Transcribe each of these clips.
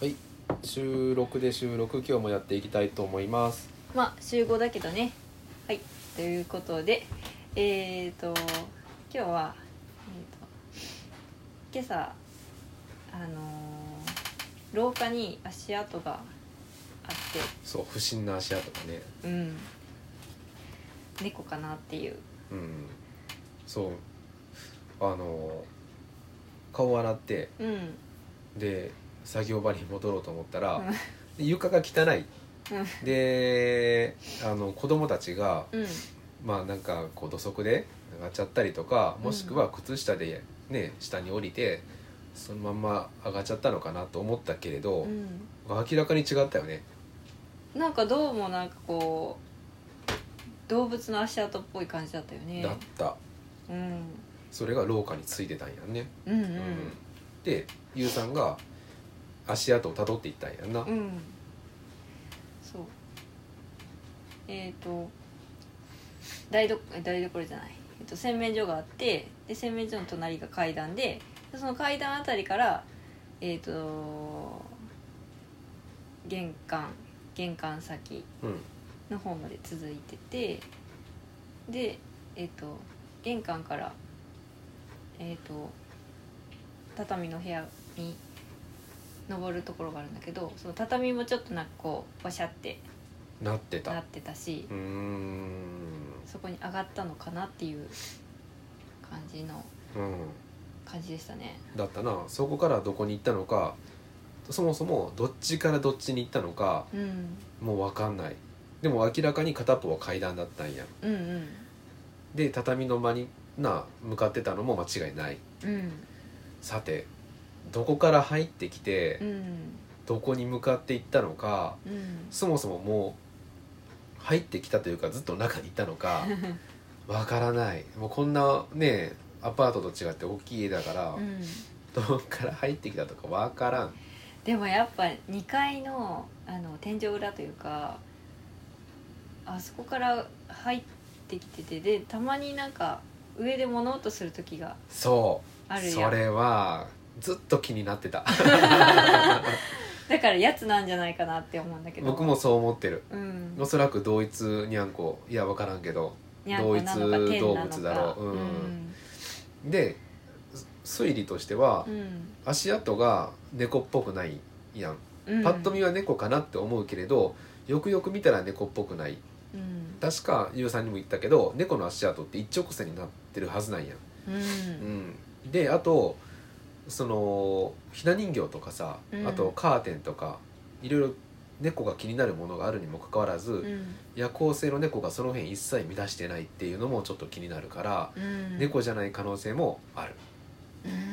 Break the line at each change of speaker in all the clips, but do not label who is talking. はい収録で収録今日もやっていきたいと思います
まあ集合だけどねはいということでえっ、と今日は、えーと今朝あのー廊下に足跡があっ
そう不審な足跡がね
てうん猫かなっていう
うんそうあの顔洗って
うん
で作業場に戻ろうと思ったら、
うん
で床が汚い、
う
であの子供たちが、
うん
まあなんかこう土足で上がっちゃったりとかもしくは靴下でね下に降りてそのまんま上がっちゃったのかなと思ったけれど、
うん
明らかに違ったよね
なんかどうもなんかこう動物の足跡っぽい感じだったよね
だった
うん
それが廊下についてたんやんね、
うん
うでゆうさんが足跡をたどっていったんやんな、
うん、うん、そうえっ、と台所え台所じゃない、えっと洗面所があってで洗面所の隣が階段ででその階段あたりからえっ、と玄関玄関先
うん
の方まで続いててでえっ、と玄関からえっ、と畳の部屋に登るところがあるんだけどその畳もちょっとなんかこうバシャって
なって
な
た
ってたし
うーん
そこに上がったのかなっていう感じの
うん
感じでしたね。
だったなそこからどこに行ったのかそもそもどっちからどっちに行ったのか
うん、
もう分かんないでも明らかに片っぽは階段だったんや
うん、うん
で畳の間にな向かってたのも間違いない
うん
さてどこから入ってきて
うん
どこに向かって行ったのか
うん
そもそももう入ってきたというかずっと中にいたの かわからないもうこんなねアパートと違って大きい家だから、
うん
どっから入ってきたとかわからん
でもやっぱ2階のあの天井裏というかあそこから入ってきててでたまになんか上で物音する時が
そ
あ
う
る
そ
やん
れはずっと気になって た
だからやつなんじゃないかなって思うんだけど
僕も、そう思ってる
うん
お、そらく同一にゃんこいやわからんけど
にゃんこなのか
同一
天な
動
のか
物だろう
う
うん
ん
で推理としては、
うん
足跡が猫っぽくないやん
うん
パッと見は猫かなって思うけれどよくよく見たら猫っぽくない
うん
確かゆうさんにも言ったけど猫の足跡って一直線になってるはずなんや、
うん
うん、であとそのひな人形とかさ、
うん
あとカーテンとかいろいろ猫が気になるものがあるにもかかわらず、
うん
夜行性の猫がその辺一切乱してないっていうのもちょっと気になるから、
うん
猫じゃない可能性もある、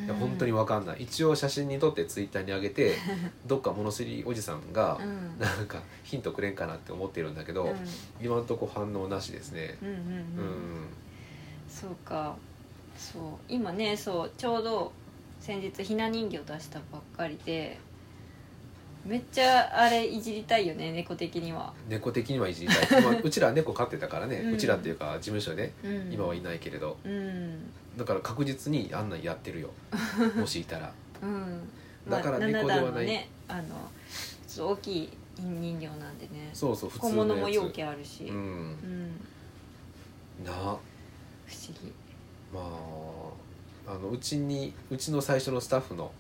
いや本当に
うん
わかんない一応写真に撮ってツイッターに上げ てどっか物知りおじさんが、
うん
なんかヒントくれんかなって思ってるんだけど、今んとこ反応なしですね
うんうんうん
う
うんんそうかそう今ねそうちょうど先日ひな人形出したばっかりでめっちゃあれいじりたいよね猫的には、
猫的にはいじり たい、まあ、うちら猫飼ってたからね、う
うん
ちらっていうか事務所ね
うん、
今はい
い
ないけれど
うん
だから確実にあんなんやってるよもしいた ら
うん
だから
まあ
猫ではない
七段のねあのちょっと大きい人形なんでね
そうそう普
小
通のやつ
物も容器あるし、
う
うん
んなあ
不思議
まああのうちにうちの最初のスタッフの、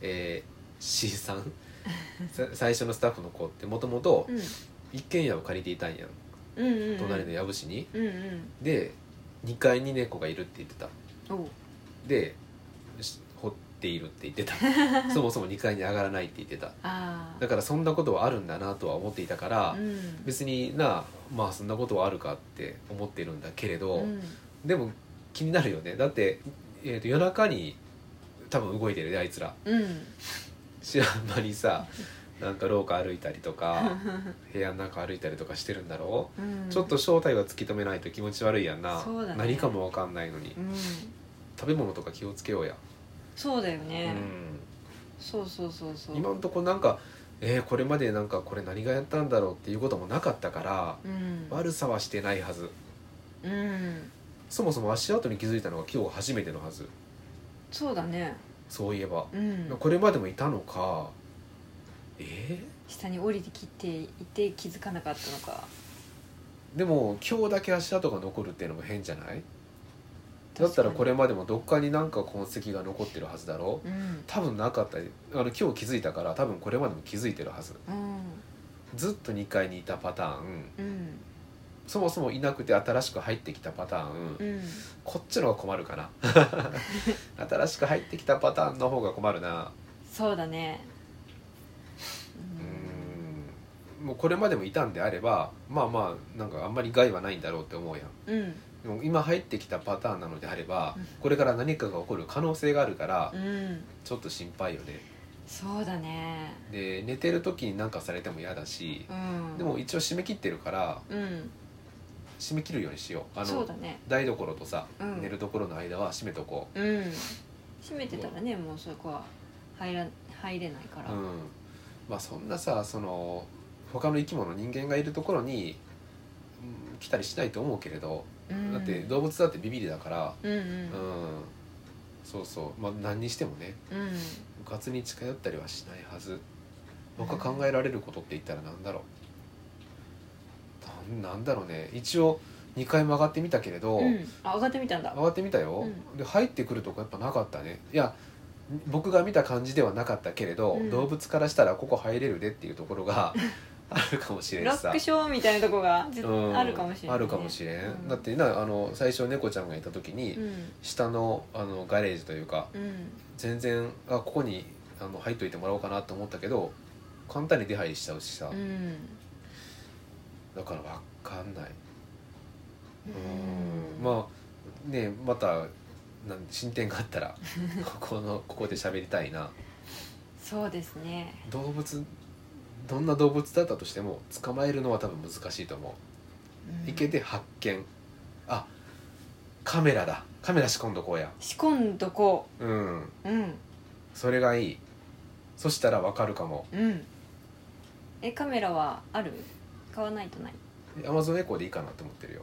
えー、C さ んさ最初のスタッフの子ってもともと一軒家を借りていたんやん
うん、うんうんうん
隣の藪市に
うんうん
で2階に猫がいるって言ってた
おう
でし掘っているって言っ てたそもそも2階に上がらないって言ってた
あ
だ
あ
からそんなことはあるんだなとは思っていたから、
うん
別になまあそんなことはあるかって思ってるんだけれど、
うん
でも気になるよねだって、えー、と夜中に多分動いてるねあいつら
うん
知らん間に さなんか廊下歩いたりとか部屋の中歩いたりとかしてるんだろう、
うん
ちょっと正体は突き止めないと気持ち悪いやんな、
そうだね
何かも分かんないのに
うん
食べ物とか気をつけようや、
そうだよ
う
ね、
ん
そうそうそうそう
今のとこなんか、えーこれまでなんかこれ何がやったんだろうっていうこともなかったから、
うん、
悪さはしてないはず
うん、
そもそも足跡に気づいたのが今日初めてのはず
そうだね
そういえば、
うん
これまでもいたのかえ
下に降りてきていて気づかなかったのか
ーでも今日だけ足跡が残るっていうのも変じゃないだったらこれまでもどっかになんか痕跡が残ってるはずだろ
うん
多分なかったりあの今日気づいたから多分これまでも気づいてるはず
うん
ずっと2階にいたパターン
うん
そもそもいなくて新しく入ってきたパターン、
うん
こっちの方が困るか な新しく入ってきたパターンの方が困るな
そうだね
うーんもうこれまでもいたんであればまあまあなんかあんまり害はないんだろうって思うやん
うんうん
でも今入ってきたパターンなのであれば
うん
これから何かが起こる可能性があるから
うん
ちょっと心配よね
そうだね
で寝てる時に何かされても嫌だし
うん
でも一応締め切ってるから
うん
締め切るようにしようあ
そう
の
だね
台所とさ、
うん
寝るところの間は閉めとこ
うん閉めてたらねもうそこは入ら入れないから
う、うんまあそんなさその他の生き物人間がいるところに、うん来たりしないと思うけれど、
うん
だって動物だってビビりだから
うんう
うん、
ん
そうそうまあ何にしてもね
うん
部活に近寄ったりはしないはず僕が考えられることって言ったら何だろうなんなんだろうね一応2回曲がってみたけれど、
うんあ上がってみたんだ
上がってみたよ、
う
で入ってくるとこやっぱなかったねいや僕が見た感じではなかったけれど、
うん
動物からしたらここ入れるでっていうところ があるかもしれん
ロ
し
ッ
さ
クショーみたいなとこが絶
うん
あるかもしれないね
あるかもしれん、
うん
だってなあの最初猫ちゃんがいた時に、
うん
下のあのガレージというか
うん
全然あここにあの入っといてもらおうかなと思ったけど簡単に出入りしちゃうしさ、
うん
だから分かんない、
うん
まあねまたなん進展があ ったらここのここで喋りたいな
そうですね
動物どんな動物だったとしても捕まえるのは多分難しいと思う、池で発見あカメラだカメラ仕込んどこうや
仕込んどこ
うん
ううん
それがいいそしたら分かるかも
うんえカメラはある買わないとない
アマゾンエコーでいいかなと思ってるよ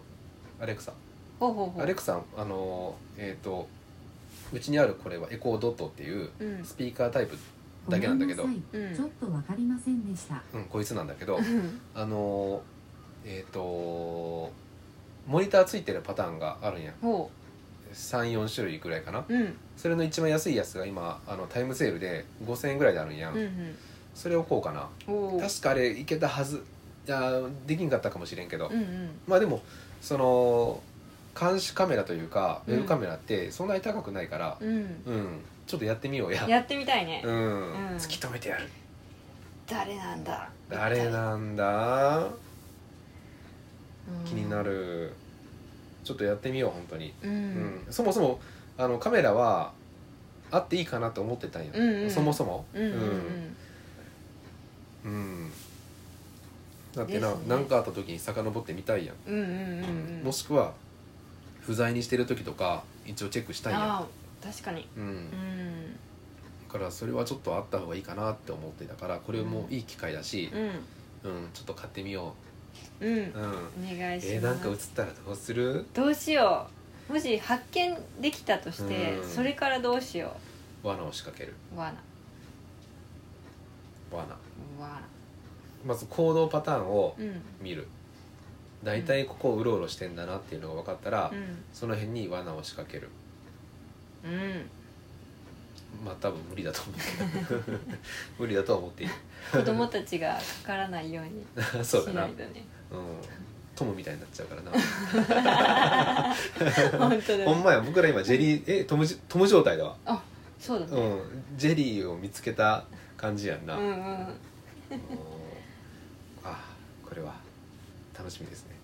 アレクサ
ほうほうほう
アレクサあのーえっ、とうちにあるこれはエコードットっていう
うん
スピーカータイプ、だけなんだけど
ごめん
う
な
ん
さいちょっとわかりませんでした。
うん、こいつなんだけど
うん
あのーえっ、とモニターついてるパターンがあるんや
ほ
34種類ぐらいかな
ううん
それの一番安いやつが今あのタイムセールで5000円ぐらいであるんや、
うんうん
それをこうかな
おー
確かあれいけたはずいやーできんかったかもしれんけど、
うんうん
まあでもその監視カメラというかウ
うん
ェブカメラってそんなに高くないから、
うん
うんちょっとやってみようや
やってみたいね
うん、
うん
突き止めてやる
誰なんだ
誰なんだ
うん
気になるちょっとやってみよう本当に、
う
うん
ん
そもそもあのカメラはあっていいかなと思ってたんや、
うんうん
そもそも
うんうん
うん、うんだってな
ですね
何、かあった時に遡ってみたいやん、
うんうんうんうんうん
もしくは不在にしてる時とか一応チェックしたいやん
あー確かに
うん
うん
だからそれはちょっとあった方がいいかなって思ってたからこれもいい機会だし、
うん
うんちょっと買ってみよ
うん
う、うん、
お願いし
えーな
ま
んか映っ
す
たらどうする
どうしようもし発見できたとして
うん
それからどうしよ
罠を仕掛ける
う罠
罠
罠
まず行動パターンを
うん
見る大体ここをうろうろしてんだなっていうのが分かったら、
うん
その辺に罠を仕掛ける
うん
まあ多分無理だと思うけど 無理だとは思っていい
子供たちがかからないように
そうだ
し
な、
な
う
い
ん
とね
友みたいになっちゃうからな
本当
ほ
だ
ん
ね
まや僕ら今ジェリーえトムじトム状態だわ
あそうだ
う
ね
んジェリーを見つけた感じやん
う
な、
んうん
うんあこれは楽しみですね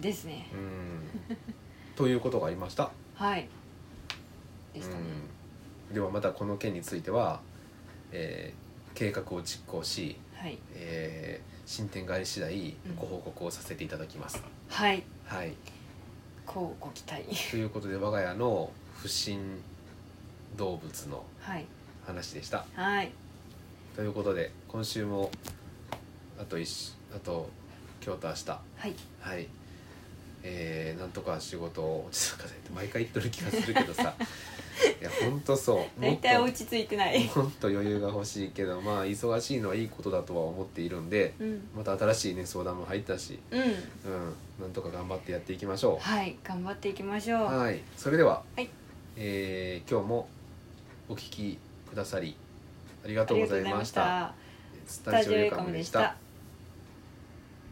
ですね
うんということがありました
はいでしたね
うん、ではまたこの件については、えー計画を実行し、
はい
えー進展があり次第
うん
ご報告をさせていただきます、
はい
はい
こうご期待
ということで我が家の不審動物の
はい
話でした
はい
ということで今週もあと一週あと今日と明日
はい
はい、 えーなんとか仕事を落ち着かせて毎回言っとる気がするけどさいや本当そう
大体
もっ
落ち着いてない
ともっと余裕が欲しいけどまあ忙しいのはいいことだとは思っているんで
うん
また新しいね相談も入ったし、
うん
うん、なんとか頑張ってやっていきましょ
はい頑張っていきましょう
うはいそれでは、
はい
えー今日もお聞きくださりありが
あ
とう
り
ご
がと
ざい
うございま
ま
し
した
た
ス
スタジオエカムでした